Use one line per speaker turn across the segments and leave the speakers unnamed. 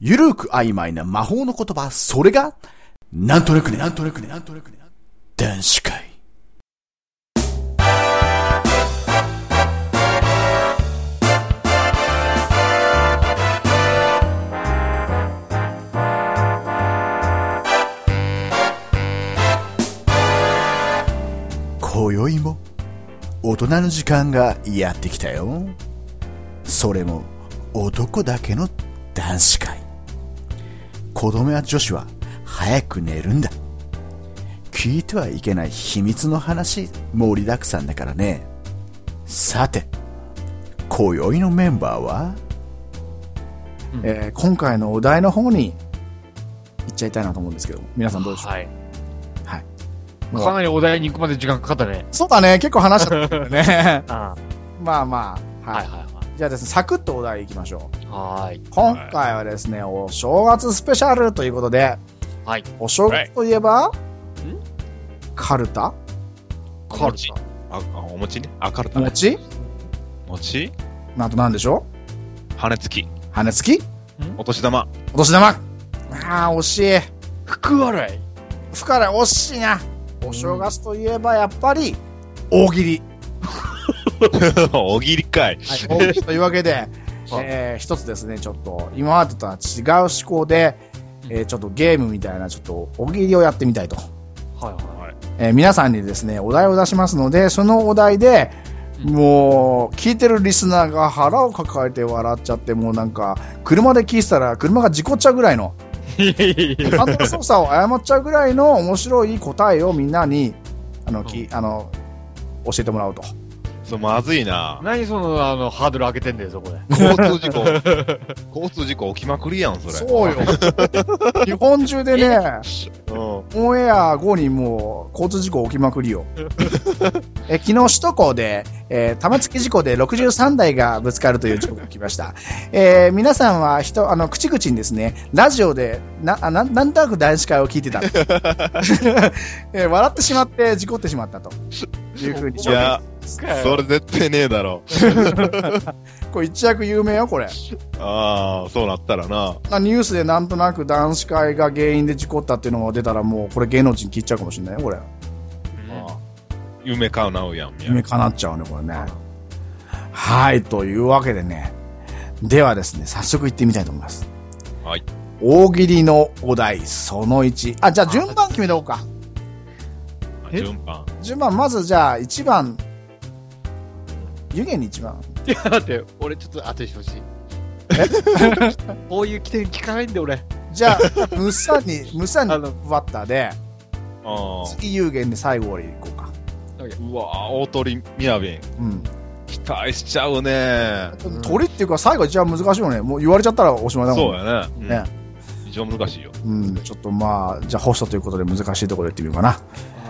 ゆるく曖昧な魔法の言葉、それが、なんとなくね、なんとなくね、なんとなくね、男子会。今宵も、大人の時間がやってきたよ。それも、男だけの男子会。子供や女子は早く寝るんだ聞いてはいけない秘密の話盛りだくさんだからねさて今宵のメンバーは
えー今回のお題の方に行っちゃいたいなと思うんですけど、皆さんどうでしょう
はい。
もう
かなりお題に行くまで時間かかったね。
そうだね、結構話しちゃったよね。
あ
まあまあ、
あ
は。
はいいは
じゃあですね、サクッとお題いきましょう。
いはい。はーい。
今回はですね、お正月スペシャルということで、
はい。
お正月といえば、
いん
カルタ
カル
餅あ、あお餅ね。あ、カルタね。
餅
餅
なんとなんでしょ
羽根付き。
う羽付き
お年玉。
お年玉ああ、惜しい。
福笑い。
ふから惜しいな。お正月といえば、やっぱり、大喜利。
おぎりかい。
はい、というわけで、えー一つですね、ちょっと、今までとは違う思考で、えーちょっとゲームみたいな、ちょっと、おぎりをやってみたいと。
はいは
えー皆さんにですね、お題を出しますので、そのお題で、
うん
もう、聞いてるリスナーが腹を抱えて笑っちゃって、もうなんか、車で聞いてたら、車が事故っちゃうぐらいの、
い。いやいやいや
ハンドル操作を誤っちゃうぐらいの面白い答えをみんなに、あの、き、あの、教えてもらおうと。
そう、まず いな。
何その、あの、ハードル上げてんだよ、そこで。
交通事故。交通事故起きまくりやん、それ。
そうよ。日本中でね、
うん。
オンエア後にもう交通事故起きまくりよ。 え昨日首都高で、えー玉突き事故で63台がぶつかるという事故が起きました。えー皆さんは人、あの、口々にですね、ラジオで、な、あななんとなく 男子会を聞いてた。えー笑ってしまって事故ってしまったと。いうふうに
いや、それ絶対ねえだろ。
これ一躍有名よ、これ。
ああ、そうなったらな。
まあニュースでなんとなく男子会が原因で事故ったっていうのが出たらもう、これ芸能人聞いちゃうかもしれないよ、これ。
あー夢かうなうやん、みや
夢叶っちゃうね、これね。はい、というわけでね。ではですね、早速行ってみたいと思います。
はい。
大喜利のお題、その1。あ、じゃあ順番決めておこうか。
あ
え
順番。
順番、まずじゃあ1番。湯気に1番。
いや、だって、俺ちょっと後にしてほしい。こういう起点聞かないんで、俺。
じゃあ、むっさんに、むっさんに
あの
バッターで、
ああ。
次有限で最後俺行こうか。
うわー大鳥みやびん。
うん。
期待しちゃうね。
ん
鳥っていうか最後一番難しいよね。もう言われちゃったらおしまいだもん
そうやね。うん
ね
非常に難しいよ。
うん。ちょっとまあ、じゃあホストということで難しいところで行ってみようか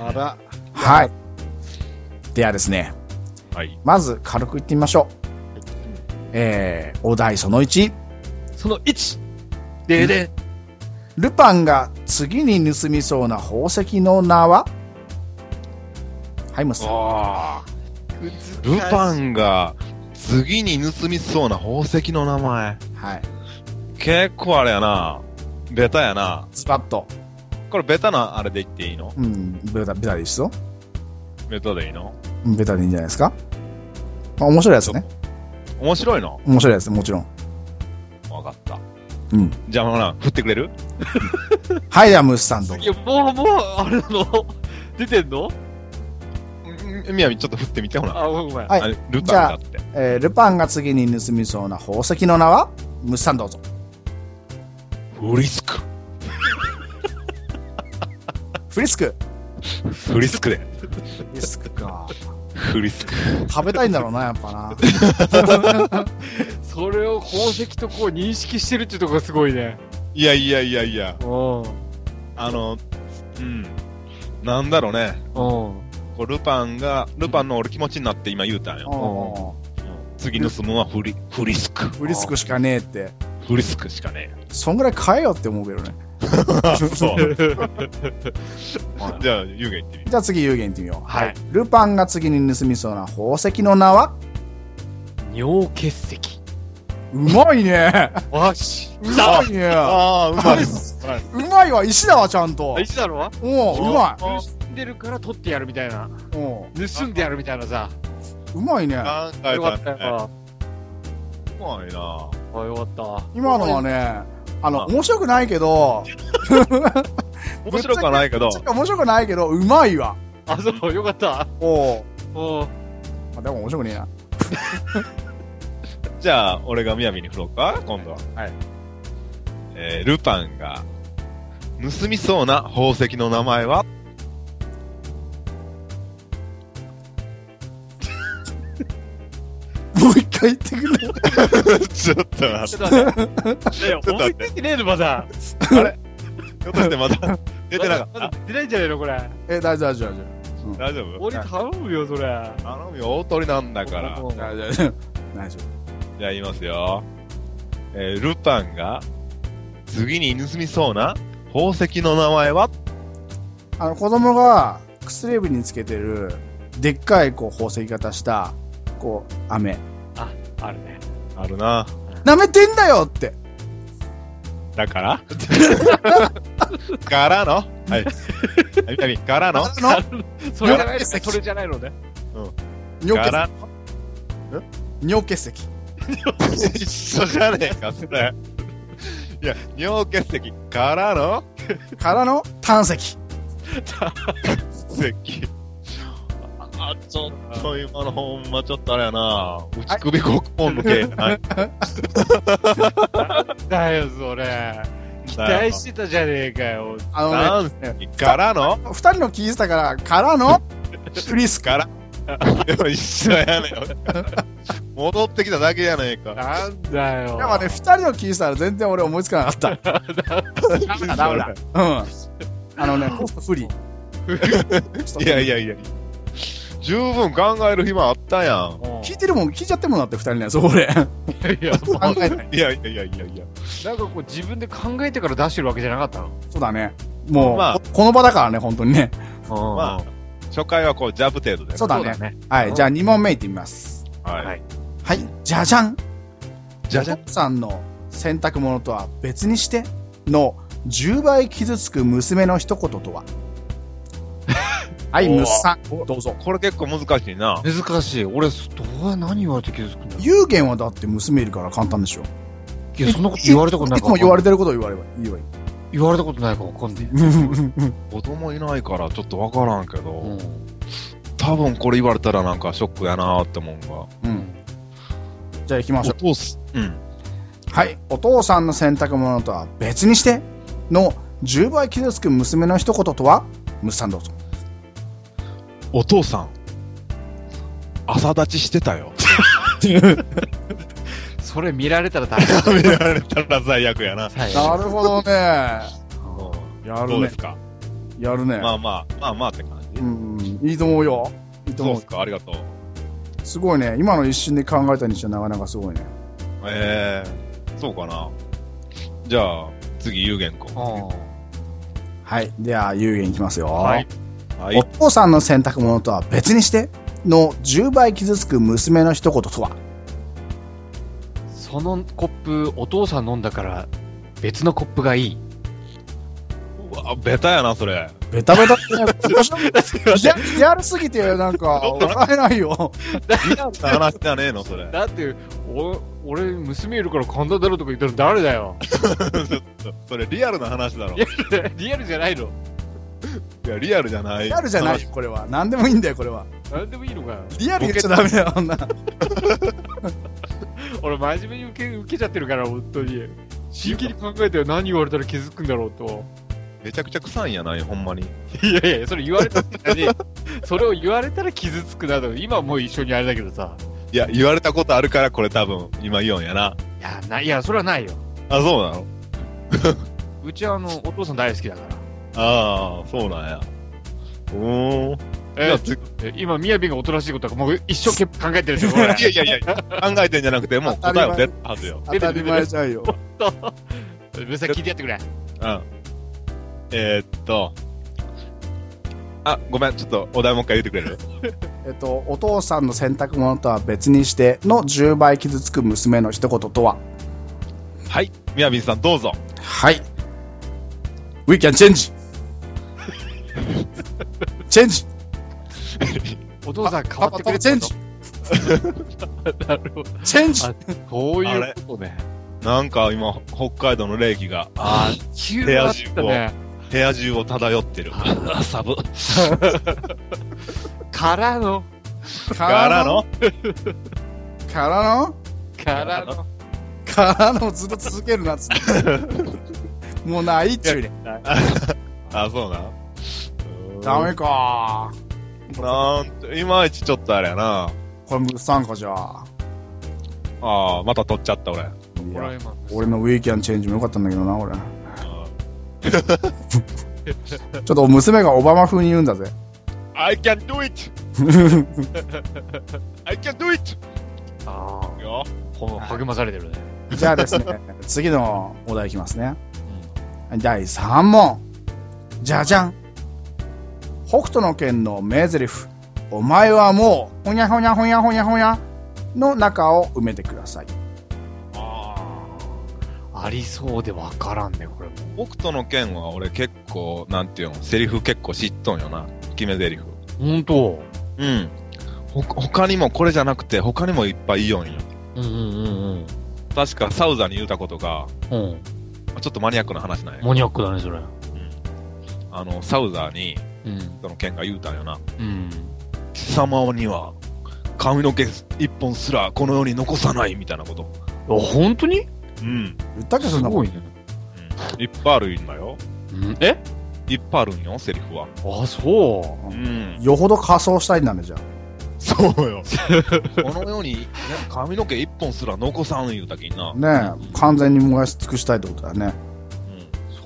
な。
あら。
はい。ではですね、
はい。
まず軽くいってみましょう。えー、お題その1。
その1。ででん。
ルパンが次に盗みそうな宝石の名ははい、ムスさん。
ああ。ルパンが次に盗みそうな宝石の名前。
はい。
結構あれやな。ベタやな。
スパッと。
これベタなあれで言っていいの
うん、ベタ、ベタでいいっすよ。
ベタでいいの
うんベタでいいんじゃないですか。まあ、面白いやつね。
面白いの
面白いやつ、もちろん。
わかった。
うん。
じゃあほら、振ってくれる
はい、ではムスさんどう
い
ぞ。
や、もう、もう、あれなの出てんの
んみやびちょっと振ってみて、ほら。
あ、ごめん。
はい
あれルパンだって。
えー、ルパンが次に盗みそうな宝石の名はムスさんどうぞ。
フリスク。
フリスク。
フリスクで。
フリスクか。
フリスク。
食べたいんだろうな、やっぱ な。
それを宝石とこう認識してるっていうとこがすごいね。
いやいやいやいや。
うん。
あの、うん。なんだろうね。
うん。
こうルパンが、ルパンの俺気持ちになって今言うたんよ。
うん
次盗むのはフリ、フリスク。
フリスクしかねえって。
フリスクしかね
そんぐらい買えよって思うけどね。
え。そう。じゃあ、湯気言ってみる。
じゃあ次、有限行ってみよう。
はい。
ルパンが次に盗みそうな宝石の名は
尿結石。
うまいね。
わし。
うまいね。
ああ、うまい。
うまいわ、石だわ、ちゃんと。
石だろ
うん、うま
あ
盗んでるから取ってやるみたいな。
い。う
盗んでやるみたいなさ。
ん、うまいね。
考え
よか
た
った
ね。
よ。
うまいな。
あよかった。
今のはね、あの、
あ
面白くないけど、
面白くはないけど
ちょ、っと面白くないけど、うまいわ。
あ、そう、よかった。
おう
おう
あでも面白くねえな。
じゃあ、俺がみやびに振ろうか、今度は。
はい。
えー、ルパンが、盗みそうな宝石の名前は
もう一回言ってくれ。
ちょっと待
ちょ
っ
っと待って。いや、
ちょっと
思
待
い
っ
ついてねえの、まだ。
て。あれひょっとしてま だ出てなかっ
まだ出ないんじゃないの、これ。
え、大丈夫、大丈夫、
た。大丈夫
俺頼むよ、それ。
頼むよ、大鳥なんだから。
もう
大丈夫。大丈夫。大丈
じゃあ言いますよ。えー、ルパンが、次に盗みそうな宝石の名前は
夫。あの、子供が薬指につけてる、でっかい、こう、宝石型した、こう、飴。
あるね。
あるな。
舐めてんだよって。
だから からのはい。 みやび、からの
の
それじゃないのね。それじゃないのね。
尿
か
血
ら
尿結石。
一緒じゃねえか、それ。 いや、尿結石からの
からの胆石。
石。あ、ちょっと今のほんまちょっとあれやな。内首国本の系ない。
だよ、それ。期待してたじゃねえかよ。
あのね、
なんすからの
二人の聞いてたから、からのフリスク。
から。でも一緒やねん。戻ってきただけやねえか。
なんだよ。
でもね、二人の聞いてたら全然俺思いつかなかっ
ダメ
だダメだ。た。うん。あのね、ホスト不利。
いやいやいや。十分考える暇あったやん。
うん
聞いてるもん、聞いちゃってるもんだって二人のやつ、俺。
いや、もう
考えない。
いやいやいやいやいや。
なんかこう自分で考えてから出してるわけじゃなかったの
そうだね。もう、
まあ
ここの場だからね、本当にね。
まあ、初回はこう、ジャブ程度で。
そうだね。
ね。
はい、じゃあ2問目いってみます。
は
はい
い。
はい、じゃじゃん。
じゃじゃ
お
ん。
父さんの洗濯物とは別にしての10倍傷つく娘の一言とは はい、
おー
むっさん、どうぞ。
これ結構難しいな。
難しい。俺、どうや、何言われて気づくんだ
有言はだって娘いるから簡単でしょ。
いや、そんなこと言われたことないい
つ
か
も
ら。
言われてることを言わればいいわよ。
言われたことないかわかんない。
子供いないからちょっとわからんけど、
うん。
多分これ言われたらなんかショックやなーって思うんが。
うん。じゃあ行きましょう
お。父す。うん。
はい。お父さんの洗濯物とは別にしての10倍傷つく娘の一言とはむっさんどうぞ。
お父さん、朝立ちしてたよ。
それ見られたら大 変。
見られたら最悪やな。
最
なるほどね。や
ど
る
うで
ね
す。か、
やるね。
まあまあ、まあまあって感じ
う。ん。いいと思うよ。いいと
そう
思
で
う
す。かありがとう。
すごいね。今の一瞬で考えたにしてはなかなかすごいね。
ええー、そうかな。じゃあ、次、ゆうげんくん。
はい。では、有言いきますよ。
はい
は
お。父さんの洗濯物とは別にしての10倍傷つく娘の一言とは
そのコップ、お父さん飲んだから、別のコップがいい。
うわ、ベタやな、それ。
ベタベタってねリアリアルすぎて、なんか、笑えないよ。
話じゃねえの、それ。
だって、お俺、娘いるから簡単だろとか言ったら誰だよ。
それ、リアルな話だろ。
リアル リアルじゃないの。
いや、リアルじゃない。
リアルじゃない
話
よ、これは。何でもいいんだよ、これは。
なんでもいいのかよ。
リアル言っちゃダメだよ、女。
俺、真面目に受け受けちゃってるから、本当に。真剣に考えてよ何言われたら気づくんだろうと。
めちゃくちゃ臭いんやない、ほんまに。
いやいや、それ言われたって ね、それを言われたら傷つくなど、今はもう一緒にあれだけどさ。
いや、言われたことあるから、これ多分、今言うんやな。
いや、ない、いや、それはないよ。
あ、そうなの
うちはあ の、お父さん大好きだから。
ああ、そうなんや。うーん。
え
え
ー、え今、みやびがおとなしいことはもう一生懸命考えてる でしょ、これ。
いやいやいや、考えてんじゃなくて、もう答えは出たはずよ。
当たり前じゃんよ。
うるさい、聞いてやってくれ。
うん。えー、っと、あ、ごめん、ちょっとお題もう一回言ってく れる
えっと、お父さんの洗濯物とは別にしての10倍傷つく娘の一言とは
はい、みやびんさんどうぞ。
はい。We can change! チェンジ
お父さん変
パ
わっ
パ
て
と
くれ
チェンジ
なるほど。
チェンジ
あそういうことね。
なんか今、北海道の霊気が
ああ、急だったね。
部屋中を漂っ てる。
あサブ。からの、
からの
からの
からの。
からのずっと続けるなっつ って。もうないっちゅうね。
あ、そうな。
ダメか
なんて、いまいちちょっとあれやな。
これ無参加じゃあ。
ああ、また取っちゃった俺。
いや
ホラーマン
俺のウィーキャンチェンジもよかったんだけどな、俺。ちょっと娘がオバマ風に言うんだぜ。
I can do it! I can do it!
あ
いくよ
あ、ほ励まされてるね。
じゃあですね、次のお題いきますね。第3問。じゃじゃん。北斗の拳の名台詞。お前はもう、ほにゃほにゃほにゃほにゃほにゃの中を埋めてください。
ああ、ありそうでわからんね、これも。
北斗の剣は俺結構、なんていうの、セリフ結構知っとんよな。決め台詞。
ほんと。
うん。ほ、他にも、これじゃなくて、他にもいっぱい言おんよ。
うんうんうん
確かサウザに言うたことが、
うん。うん。
ちょっとマニアックな話なんや。
マニアックだね、それ。
あの、サウザーに、
うん。
その剣が言うたんよな。
うん。
貴様には、髪の毛一本すらこの世に残さないみたいなこと。
あ、ほんとに
うん。
言ったっけど、そ
す
んなこ
ご
と。
いね。
いっぱいあるんだよ。
うんえ
いっぱいあるんよ、セリフは。
あ、そ
うん。
よほど仮装したいんだね、じゃあ。
そうよ。 この世に、ね、髪の毛一本すら残さん言うたきんな。
ねえ、完全に燃やし尽くしたいってことだね。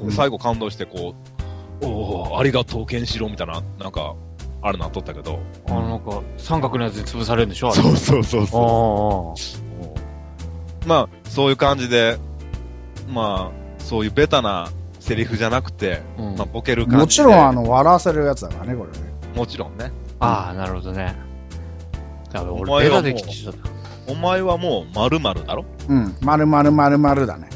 うん。最後感動して、こう、おお、ありがとう、ケンシロウみたいな、なんか、あれなっとったけど。
う。あの、なんか、三角のやつに潰されるんでしょあれ
うそうそう
ああ。
まあ、そういう感じで、まあ、そういうベタなセリフじゃなくて、
うん
まあ、ボケる感じで。
もちろん、あの、笑わせるやつだからね、これね。
もちろんね。
ああ、なるほどね。だから
お
俺、
前
ベ
はも
タ
う
できちゃった。
お前はもう、〇〇だろ
うん、まるまるまるまるだね。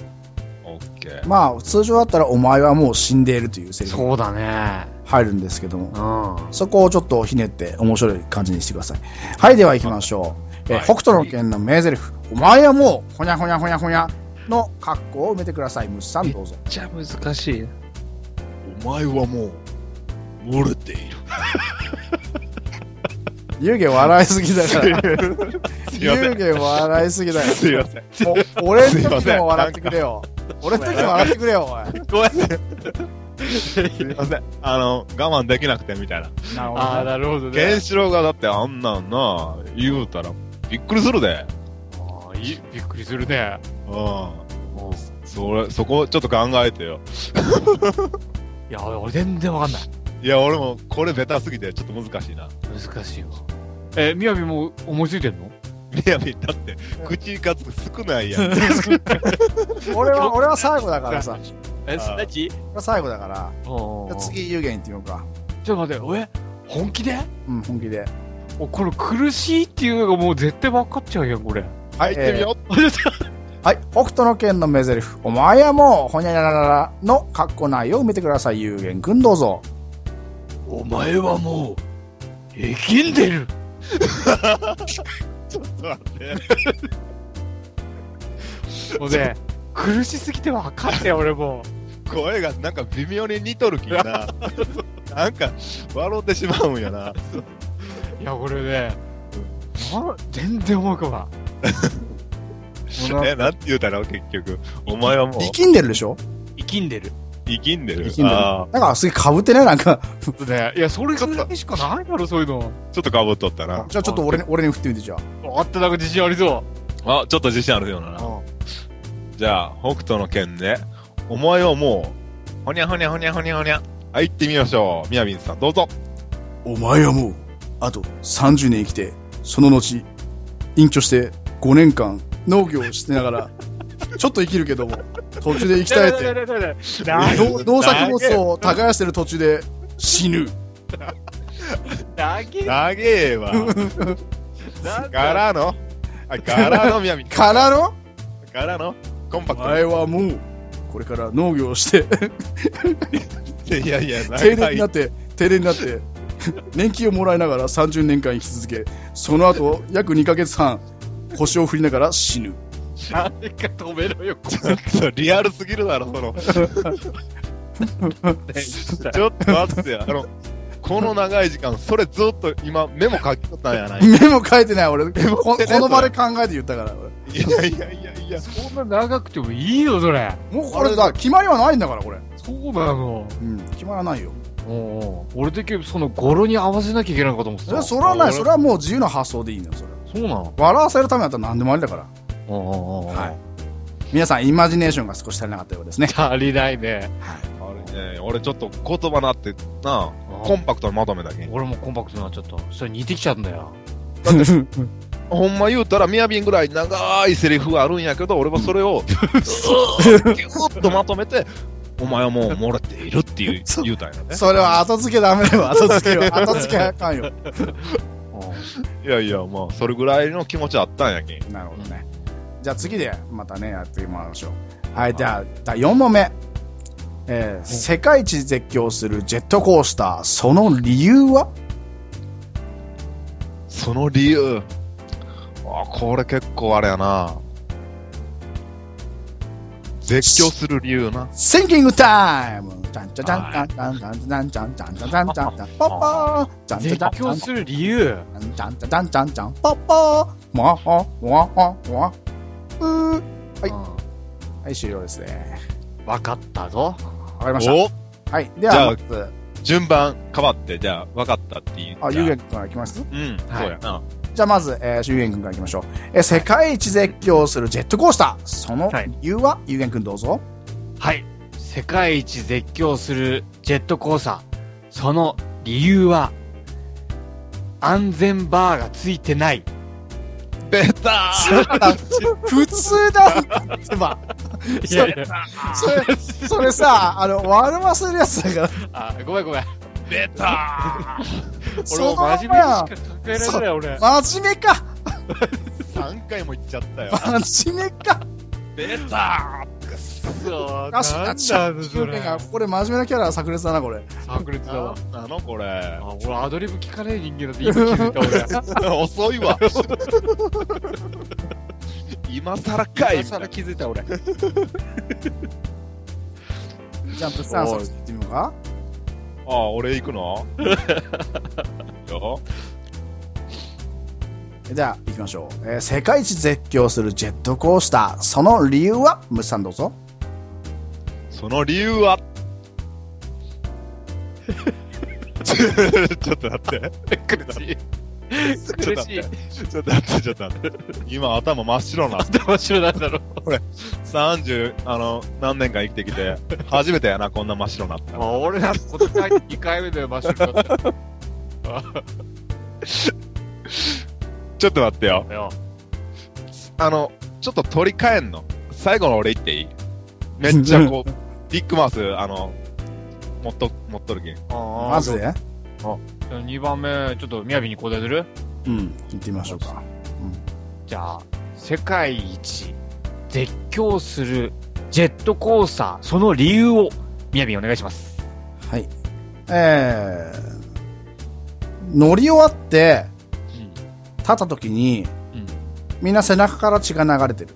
オッケー。
まあ、通常だったら、お前はもう死んでいるというセリフが
そうだね。
入るんですけども
う。ん。
そこをちょっとひねって面白い感じにしてください。はい、では行きましょう。え
はい
ー北斗の拳の名台詞、お前はもう、ほにゃほにゃほにゃほにゃの格好を埋めてください。虫さんどうぞ。
じゃあ難しい。
お前はもう、漏れて いる。
湯気笑いすぎだ から。湯気笑いすぎだよ。
すいません。
もう俺の時も笑ってくれよ。俺の時も笑ってくれよ、おい。
ごめんなさい。すいません。あの、我慢できなくてみたいな。
なるほ
あ
ど
あ、
ね。
なるほど
ケ
ね
ン。シロウがだってあんなんな、言うたら、びっくりするで。
ああいいびっくりするね。
うん。それ、そこちょっと考えてよ。
いや、俺全然わかんない。
いや、俺もこれベタすぎてちょっと難しいな。
難しいわ。え、みやびも思いついてんの
みやび、だって、口数少ないやん。
俺は、俺は最後だからさ。
え、
すな
ち
俺は最後だから。じゃあ
次。
次、湯気に行ってみようか。
ちょっと待って、え、本気で
うん、本気で。
おこの苦しいっていうのがもう絶対分かっちゃうやん、これ。
入ってみよ
はい、北斗の拳の名台詞、お前はもう、ほにゃららららの格好内容を埋めてください。ゆうげんくんどうぞ。
お前はもう、えきんでる
う。ちょっと待って
もうね、苦しすぎて分かったよ、俺も
声がなんか微妙に似とる気がな。 なんか、笑うてしまうんやな。
う。いや、これね、な全然思い浮かばん。
え、なんて言うたら結局。お前はもう、
力んでるでしょ
生きんでる。
生きんでる
生。きんでる
あ
なんかすげえ被ってね、なん か。
ちょっとね、いや、それぐらいしかないやろ、そういうの。
ーちょっとかぶっとったな。
じゃあちょっと俺に、俺に振ってみて、じゃあ。
分かった、なんか自信ありそ
あ、ちょっと自信あるような
う。
な。じゃあ、北斗の剣で、お前をもう、ほにゃほにゃほにゃほにゃほにゃ。はい、行ってみましょう。みやびんさん、どうぞ。
お前はもう、あと30年生きて、その後、隠居して5年間農業をしてながら、 ちょっと生きるけども、途中で生き絶えて、
て。
農農作物を耕してる途中で死ぬ。
だけ
長 えわ。
なんだ
柄のあ、柄の南。
からの
柄のコンパクト
前はもう、これから農業をして、
いやいや、長
停電
い
になって、停電になって、年金をもらいながら30年間生き続け、その後、約2ヶ月半、腰を振りながら死ぬ。
誰か止めろよ、こ
リアルすぎるだろ、その。
れ。
ちょっと待ってよ。あの、この長い時間、それずっと今、メモ書きとったん やない
メモ書いてない、俺。こ
書いてない
この場で考えて言ったから、俺。
いやいやいやいや。
そんな長くてもいいよ、それ。
もうこれだ、決まりはないんだから、これ。
そうなの。
うん、決まらないよ。
おうおう俺的にその語呂に合わせなきゃいけないのかと思って
それは
た。
それはない、
俺
それはもう自由な発想でいいんだよ、それは。
そうなの。
笑わせるためだったら何でもありだから。
おうおうおう
はい。皆さん、イマジネーションが少し足りなかったようですね。
足りないね。
あれね、俺ちょっと言葉なって、なあ、コンパクトにまとめたけん。
俺もコンパクトになっちゃった。それ似てきちゃうんだよ。
ほんま言うたら、みやびんぐらい長いセリフがあるんやけど、俺はそれ を、ぎゅーっとまとめて、お前はもう漏れているっていう
そう
言うたんやね。
それは後付けダメだよ、後付けは。後付けはあかん よ。
いやいや、まあ、それぐらいの気持ちあったんやけん。
なるほどね。じゃあ次でまたね、やってもらいましょう。はい、じゃあ、第4問目。えー世界一絶叫するジェットコースター、その理由は
その理由。あ、これ結構あれやな。絶叫する理由な。
?Thinking time! ちゃんちゃちゃんちゃんちゃんちゃんちゃんちゃんちゃんちゃんちゃんちゃんちゃんちゃんパパーちゃんちゃ
絶
ちゃんちゃ
叫
ん
する理由。
ちゃんちゃんちゃんちゃんちゃんパパーわはわはわうーはいはい、終了ですね。
分かったぞ。
わかりまし
お
た。はい、で
じゃ
は、
あ
まず、
順番変わって、じゃあ、分かったって言う。
あ、ゆうげんからいきます
うん、
はい
そうやな。
じゃあまず、えー、しゅうげんくんからいきましょう。えー世界一絶叫するジェットコースター。その
はい
理由は、ゆうげんくんどうぞ。
はい。世界一絶叫するジェットコースター。その理由は、安全バーがついてない。
ベタ
普通だってば。
いやいや
それ、それさ、あの、悪魔するやつだから。
あ、ごめんごめん。
ーベタ
そ
俺
の
も
ま
真面目にしか
ま
考えられない俺。
真面目か。
ー !3 回も言っちゃったよ。
真面目か。
ベタ
そう、
確か
なん
に。
だろう
ゆ
そう
げ
れ
ん。が、これ真面目なキャラ炸裂だな、これ。
炸裂だわ。
ーなのこれ。
あ俺アドリブ聞かない人間だって今気づいた俺。
遅いわ。今更かい
今更気づいた俺。
じゃあ、プッサンさん、
おい
行ってみようか。
ああ、俺行く のよ
じゃあ、行きましょう。えー世界一絶叫するジェットコースター。その理由は、むっさんどうぞ。
その理由は ちょっと待って。
苦しい。
ちょっ
苦
と
し
待
い
っ。て。ちょっと待って、ちょっと待って。今頭真っ白 な。
どうしようなんだろう。
30、あの、何年間生きてきて、初めてやな、こんな真っ白なったの。
俺だって今年入って2回目だよ、マッシュルだっ
ちょっと待ってよ。
たよ。
あの、ちょっと取り替えんの。最後の俺言っていいめっちゃこう、 ビッグマウス、あの、持っと、持っとるけん。
まずで。
2番目、ちょっと雅に交代する
うん、行ってみましょうか。
じゃあ、世界一絶叫するジェットコースター、その理由を雅お願いします。
はい。えー、乗り終わって立った時に、
うん
みんな背中から血が流れてる。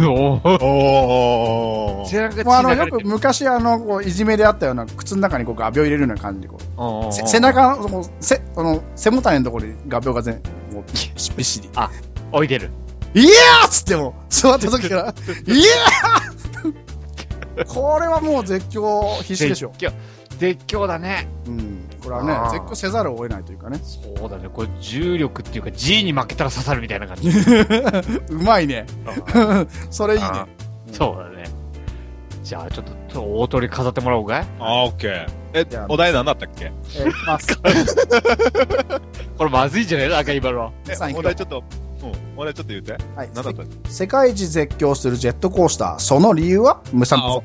おぉ。
おー。
背中
もうあの、よ
が
く昔あの、こういじめであったような、靴の中にこう画鋲入れるような感じでこう、せ背中の、こうせあの背もたれのところに画鋲が全、もう、びっしり。
置いてる。
いやーっつっても、座った 時から、いやーこれはもう絶叫必死でしょ。
絶叫。絶叫だね。
うん。これは
あ
ね
ー、
絶叫せざるを得ないというかね。
そうだね。これ重力っていうか G に負けたら刺さるみたいな感じ。
うまいね。 それいいね。
あそうだね。じゃあちょっとちょっと大鳥飾ってもらおうかい
あー、オッケー。え
じゃあ、
お題何だったっけ
えー、 まあ、
これまずいんじゃないなんか今の。
え
さんいくよ
お題ちょっと、うん、お題ちょっと言うて。
はい、
何だったっけ
世界一絶叫するジェットコースター、その理由は無産
あ
物。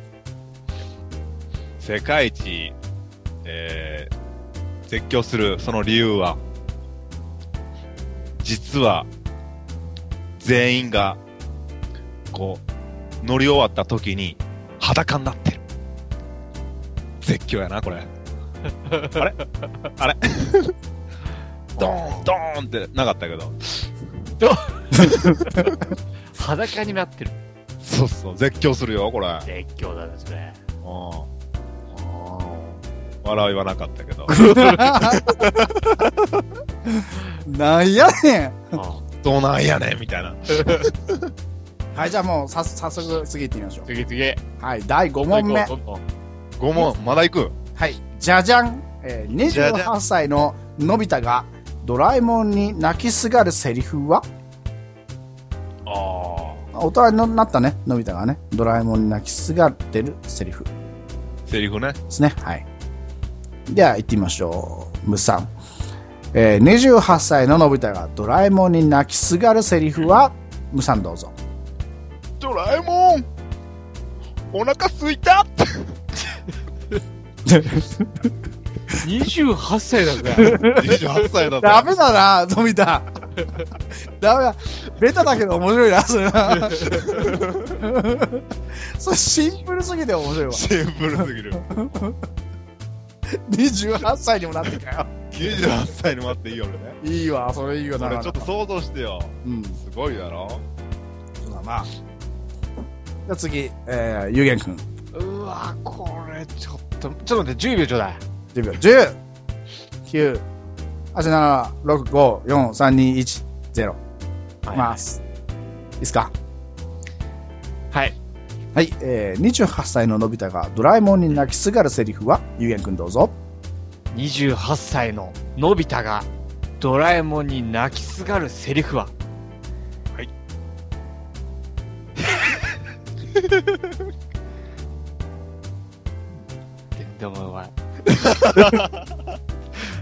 世界一、えー絶叫するその理由は、実は、全員が、こう、乗り終わった時に裸になってる。絶叫やな、これ。 あれあれ ドーン、ドーンってなかったけど。
裸になってる。
そうそう、絶叫するよ、これ。うん
絶叫だね、それ。
笑いはなかったけど。
なんやねん。
あ
どうなんやねんみたいな。
はい、じゃあもうさ早速次行ってみましょ
次々。
う。はい、第5問目。
どんどん
5問、まだ行く。
はい、じゃじゃん、えー
じゃじゃ
28歳ののび太がドラえもんに泣きすがるセリフは
あ
あ
あ。
大人になったね、のび太がね。ドラえもんに泣きすがってるセリフで
セリフね。
すね。はい。では行ってみましょう。ムさん。えー28歳ののび太がドラえもんに泣きすがるセリフはムさんどうぞ。
ドラえもんお腹すいた
28歳だ ぜ。
!28 歳だ
ダメだな、のび太。ダメだ。ベタだけど面白いな、それは。それシンプルすぎて面白いわ。
シンプルすぎる。
28歳にもなってかよ。
28歳に待っていいよ、俺ね。
いいわ、それいいよ
そ
な。
れちょっと想像してよ。
うん。そ
すごいだろ
うだな。じゃあ次、えー、ゆうげんくん。
うわ、これ、ちょっと、ちょっと待って、10秒ちょうだい。
10秒。10、9、8、7、6、5、4、3、2、1、0。
はい
います。いいっすか
はい。
はい、えー、28歳ののび太がドラえもんに泣きすがるセリフは、ゆうげんくんどうぞ。
28歳ののび太がドラえもんに泣きすがるセリフは
はい
全然思わない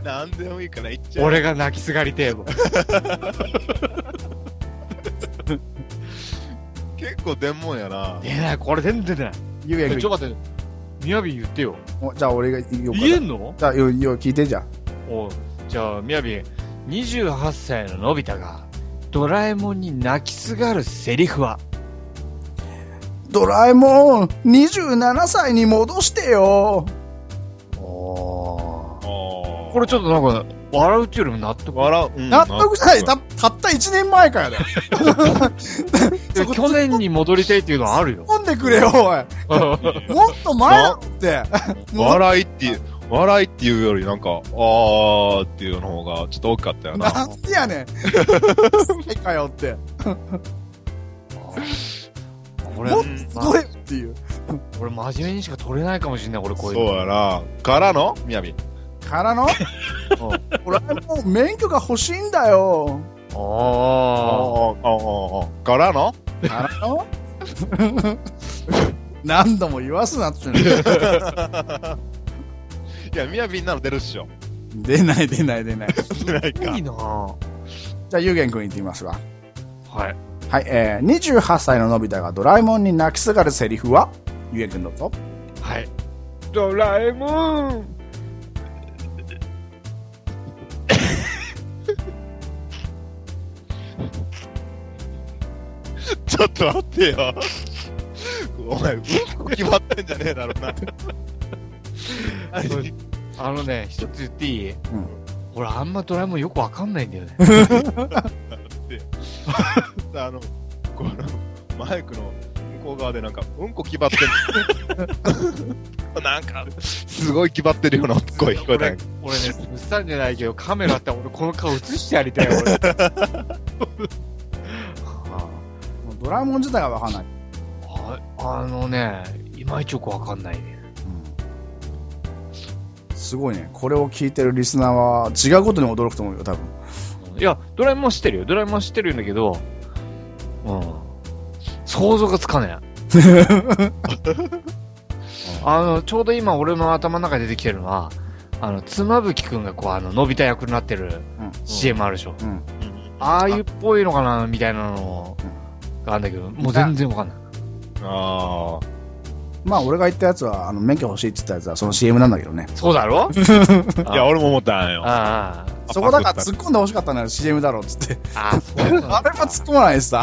なんでもいいから言っちゃう。
俺が泣きすがりてえもん
結構出んもんやな。
出ないこれ全然出ない
ゆうげんくん
ちょっと待ってみやびん言ってよ
おじゃあ俺が言おうかな。
言えんの
じゃあ、よ、よ、聞いてじゃん
おうじゃあみやびん28歳ののび太がドラえもんに泣きすがるセリフは
ドラえもん、27歳に戻してよ。
お
こ
これちょっとなんか笑うっていうよりも納得
笑う。うん
納得じゃない。
納
た、たった1年前からだよ。そこ
去年に戻りたいっていうのはあるよ。
飲んでくれよ、おい。 もっと前だって。
得笑いっていう、笑いっていうよりなんか、あーっていうの方がちょっと大きかったよな。
なんでやねん。世界よって。
これ、
もっと
ま
どれっていう。
俺真面目にしか取れないかもしれない、俺こう
そ
いううの。
やな。からのみやび。
からの俺もう免許が欲しいんだよ。
ああ、あ
あ
あ、ああ。からの
からの何度も言わすなっつうの。
いや、みやびんなの出るっしょ。
出ない出ない出ない。じ
出ない
あ。
か
いい。なぁ。
ゃあ、ゆうげんくん言ってみますわ。
はい。
はい、えー、28歳ののび太がドラえもんに泣きすがるセリフはゆうげんくんどうぞ。
はい。ドラえもん
ちょっと待ってよ。お前、うんこ決まってんじゃねえだろうな。
そうあのね、一つ言っていい
ん
俺あんまドラえもんよくわかんないんだよね。
あの、この、マイクの向こう側でなんか、うんこ決まってんなんか、すごい決まってるような声聞こえたん
俺
や
ね、ぶっさんじゃないけど、カメラあったら俺この顔映してやりたい、俺。
もう
あ
ドラえもん自体がわかんない。
ああのね、いまいちよくわかんないね。
すごいね。これを聞いてるリスナーは違うことに驚くと思うよ、多分。
いや、ドラえもん知ってるよ。ドラえもん知ってるんだけど、うん。想像がつかない。 あの、ちょうど今俺の頭の中に出てきてるのは、あの、妻夫木くんがこう、あの、のび太役になってる
うん
CM あるでしょ。
うん。
ああいうっぽいのかな、みたいなのがあるんだけど、もう全然わかんない。
ああ。
まあ、俺が言ったやつは、あの、免許欲しいって言ったやつは、その CM なんだけどね。
そうだろ
いや、俺も思ったんよ。
ああ
そこだから突っ込んで欲しかったのよ、CM だろ、つっ て。
あ あ、
あ
そう
れ
なん
は
だ
突っ込まないし さ。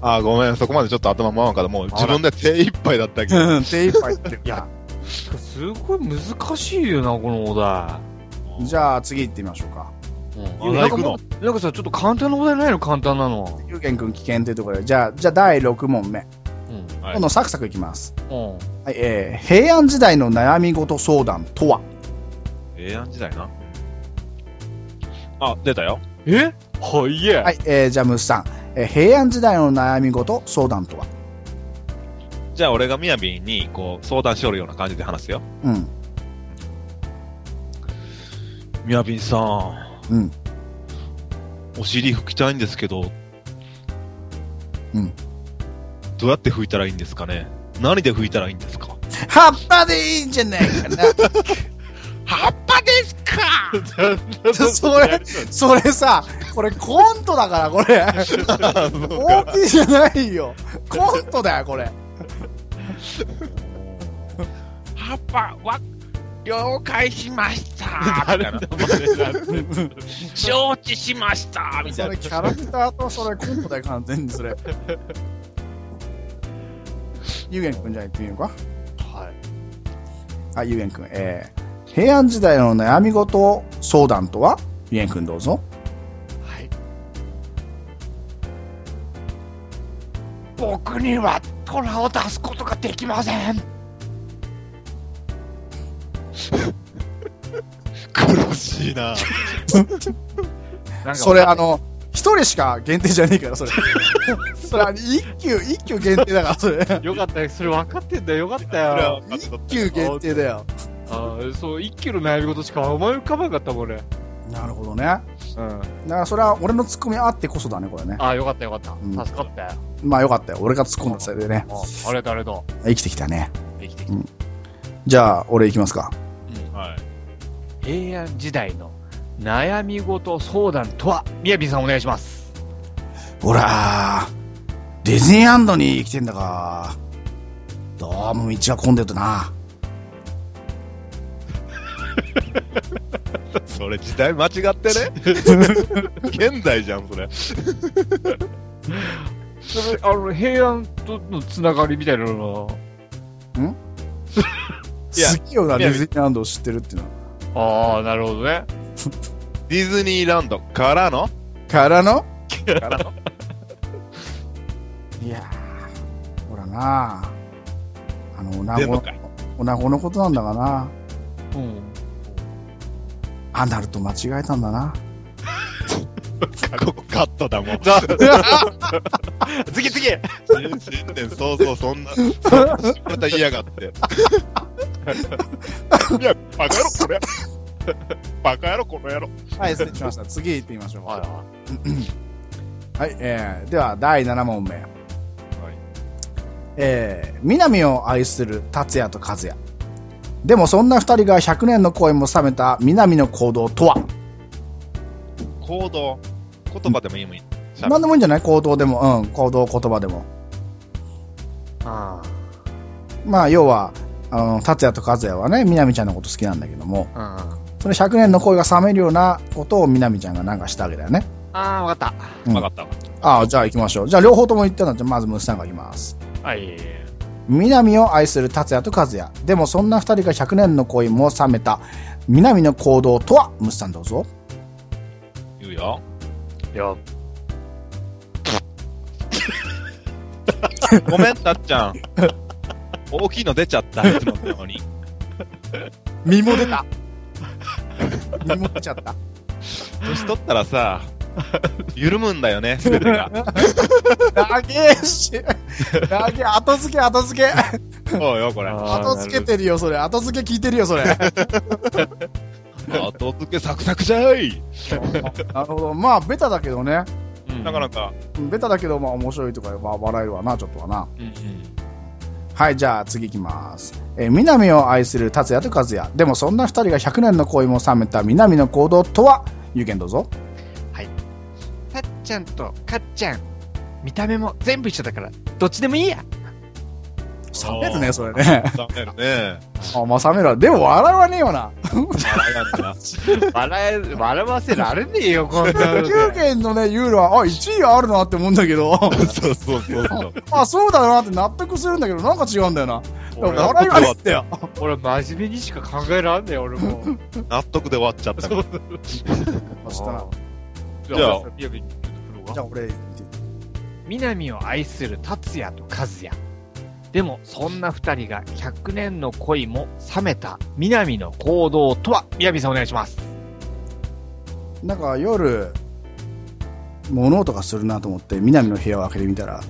あ、ごめん、そこまでちょっと頭回らんから、もう自分で手一杯だったけど。
うん手一杯ってる
いやすごい難しいよな、このお題。
じゃあ、次行ってみましょうか。
うん
なんかもうなんかさ、ちょっと簡単なお題ないの簡単なの。
ゆうけんくん危険というところで、じゃあ、じゃあ、第6問目。
うん。
はい
今度、サクサクいきます。
うん。
はい、えー、平安時代の悩み事相談とは
平安時代な。あ、出たよ。
えはいえ。
はい、えー、じゃあ、ムスさん。えー、平安時代の悩み事相談とは
じゃあ俺がみやびんに、こう、相談しおるような感じで話すよ。
うん。
みやびんさん、
うん。
お尻拭きたいんですけど、
うん。
どうやって拭いたらいいんですかね何で拭いたらいいんですか
葉っぱでいいんじゃないかな。
葉っぱですか
それ、それさ、これコントだから、これ。大きいじゃないよ。コントだよ、これ。
葉っぱは、了解しましたみたいな 承知しましたみた
そ
いな
れ、。キャラクターとそれ、コントだよ、完全にそれ。ゆうげんくんじゃあ行ってみようか。
はい。
あ、ゆうげんくん、えー、平安時代の悩み事相談とはゆうげんくんどうぞ。
はい。僕には虎を出すことができません。
苦しい な
それ、あの、一人しか限定じゃねえから、それ。 それ、あの一級、一級限定だから、それ。
よかったよ。それ分かってんだよ。よかった
それは
よ。
分かっ
一
とった
級限定だよ。
あーそう、一キロ悩み事しか思い浮かばなかったもんね。
なるほどね。だ
うん。
から、それは俺のツッコミあってこそだね、これね。
ああ、よかったよかった。
ん
助かったよ。
まあよかったよ。俺が突っ込んだせいでね。
ああれだあれだ。
生きてきたね。
できてきた。
じゃあ、俺行きますか。
はい。
平安時代の悩み事相談とは、みやびんさんお願いします。
ほらー、ディズニーランドに来てんだか。どうも道が混んでるとな。
それ時代間違ってね 現代じゃん、それ。
それ、あの、平安とのつながりみたいなのは
いや
すげえよな、
いや
ディズニーランドを知ってるっていうのは。
ああ、なるほどね。
ディズニーランドからの
からの
からの
いやー、ほらなあの、女
で
子
もかい、
女子のことなんだがな。
うん。
アナルと間違えたんだな。
ここカットだもん。
次次
新年早々そんな、そんなまた嫌がって。いや、バカ野郎、これ。バカ野郎、この野郎。
はい、失礼しました。次行ってみましょう。
はいは
はい、えー、では第7問目。えー、南を愛する達也と和也。でもそんな二人が100年の恋も冷めた南の行動とは
行動、言葉でもいいもん。しゃべ
何でもいいんじゃない行動でも、うん、行動、言葉でも。
い。あ
まあ、要は、あの、達也と和也はね、南ちゃんのこと好きなんだけども、
あ。うん。
その100年の恋が冷めるようなことを南ちゃんがなんかしたわけだよね。
ああ、わかっ
わかったわ。
ああ、じゃあ行きましょう。じゃあ両方とも言ったので、まずムスさんが行きます。
た。はい。
南を愛する達也と和也でもそんな二人が100年の恋も冷めた南の行動とはムスさんどうぞ
言うよ。
いや、
ごめん、たっちゃん。大きいの出ちゃった、いつものように。
身も出た身も出ちゃった
年取ったらさ、緩むんだよね、すべてが。
だげえしだげえ後付け後付け
そうよ、これ。
あー
後付けてるよそれ後付け聞いてるよそれな
後付けサクサクじゃい。
るほどまあベタだけどね
なかなか、
ベタだけどまあ面白いとかまあ笑えるわなちょっとはな
うんうん。
はい、じゃあ次行きます。えー南を愛する達也と和也。でもそんな二人が100年の恋も冷めた南の行動とは、ゆうけんどうぞ。
たっちゃんとかっちゃん、見た目も全部一緒だから、どっちでもいいや。
冷めるね、それね。
冷めるね。
あ、まあ冷めるわ。でも笑わねえよな。
笑いあるな
笑え、笑わせられねえよ、こんなので。
9件のね、ユーロは、あ、1位あるなって思うんだけど、
そうそうそうそう。
あ、そうだなって納得するんだけど、なんか違うんだよな。でも
俺
笑いはねえんだよ。
俺、真面目にしか考えらんねえ、俺も。
納得で終わっちゃった。
そう
そしたら
じ
ゃあ、
宮部に言う
じ
ところが
ゃあ俺、
南を愛する達也と和也。でも、そんな二人が100年の恋も冷めた南の行動とは、宮部さんお願いします。
なんか夜、物音がするなと思って、南の部屋を開けてみたら、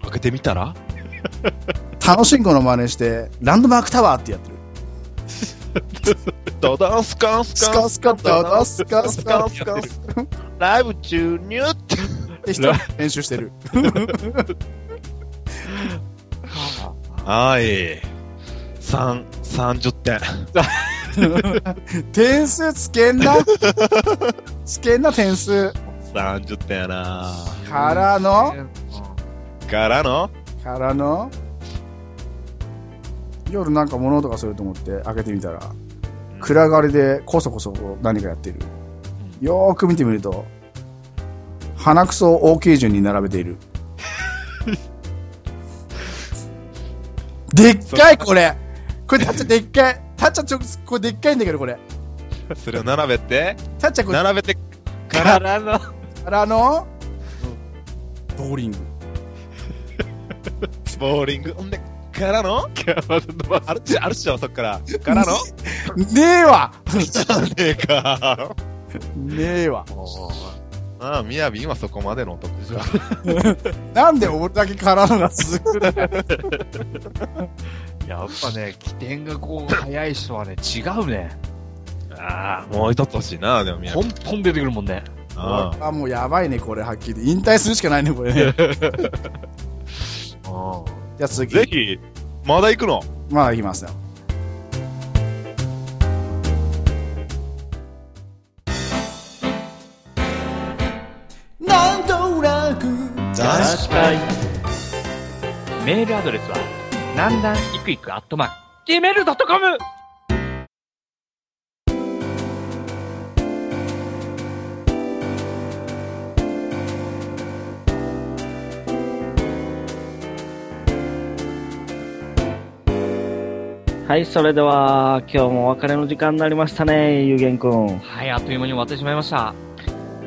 開けてみたら
楽しんこの真似して、ランドマークタワーってやってる。
ドドンスカンス
ス
カン
カスカダダスカスカスカス
ライブ中入って
って一人で練習してる。
はい。三、三十点。
点数つけんな。つけんな点数。
三十点やな
からの、
からの
からの、夜なんか物音がすると思って開けてみたら、暗がりでこそこそ何かやっている。よーく見てみると、鼻くそを大きい順に並べている。でっかいこれこれタッチャでっかいタッチャちょこれでっかいんだけどこれ。
それを並べて、
タッチャこれ
並べて、
か
から、
らの。
からの、ボーリング。
ボーリング、ほんで、からのあるっしょ、あるっしょ、そっから。からの
ねえわ
じゃねえか。
ねえわ。
ああ、みやび、今そこまでの男じゃ。
なんで俺だけからのが続く
やっぱね、起点がこう、早い人はね、違うね。
ああ、もう一つ欲しいな、でもみや
ポ
び。
ンポン出てくるもんね。
あ
あ、もうやばいね、これ、はっきり言って。引退するしかないね、これね。 じゃあ
あ
次。
ぜひ、まだ行くの
まあ、いきますよ。
なんとなく
確かに。
メールアドレスは、なんだんいくいくアットマーク、gmail.com!
はい、それでは、今日もお別れの時間になりましたね、ゆうげんくん。
はい、あっという間に終わってしまいました。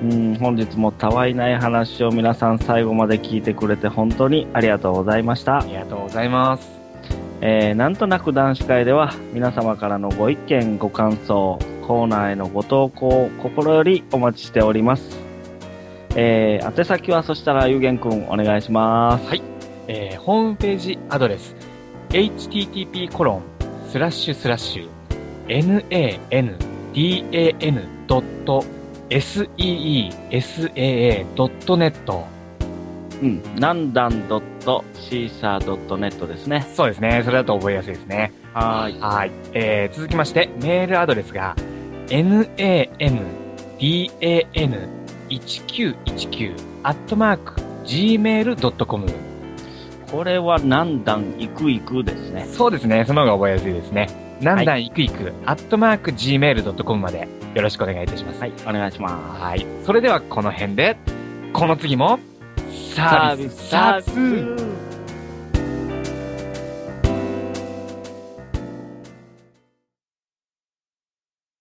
うん、本日もたわいない話を皆さん最後まで聞いてくれて本当にありがとうございました
あ。りがとうございます。
えー、なんとなく男子会では皆様からのご意見、ご感想、コーナーへのご投稿を心よりお待ちしております。えー、宛先はそしたらゆうげんくんお願いします。
えー、ホームページアドレス、http コロン、スラッシュスラッシュ、nandan.seesaa.net。
うん、なんだん .caesar.net ですね。
そうですね、それだと覚えやすいですね。
はーい。
はい。えー、続きまして、メールアドレスが、nandan1919 アットマーク gmail.com。
これはなんだんいくいくですね。
そうですね、その方が覚えやすいですね。なんだんいくいく、アットマーク gmail.com までよろしくお願いいたします。
はい、お願いします。
はい。それではこの辺で、この次も、サービス、サービス
ー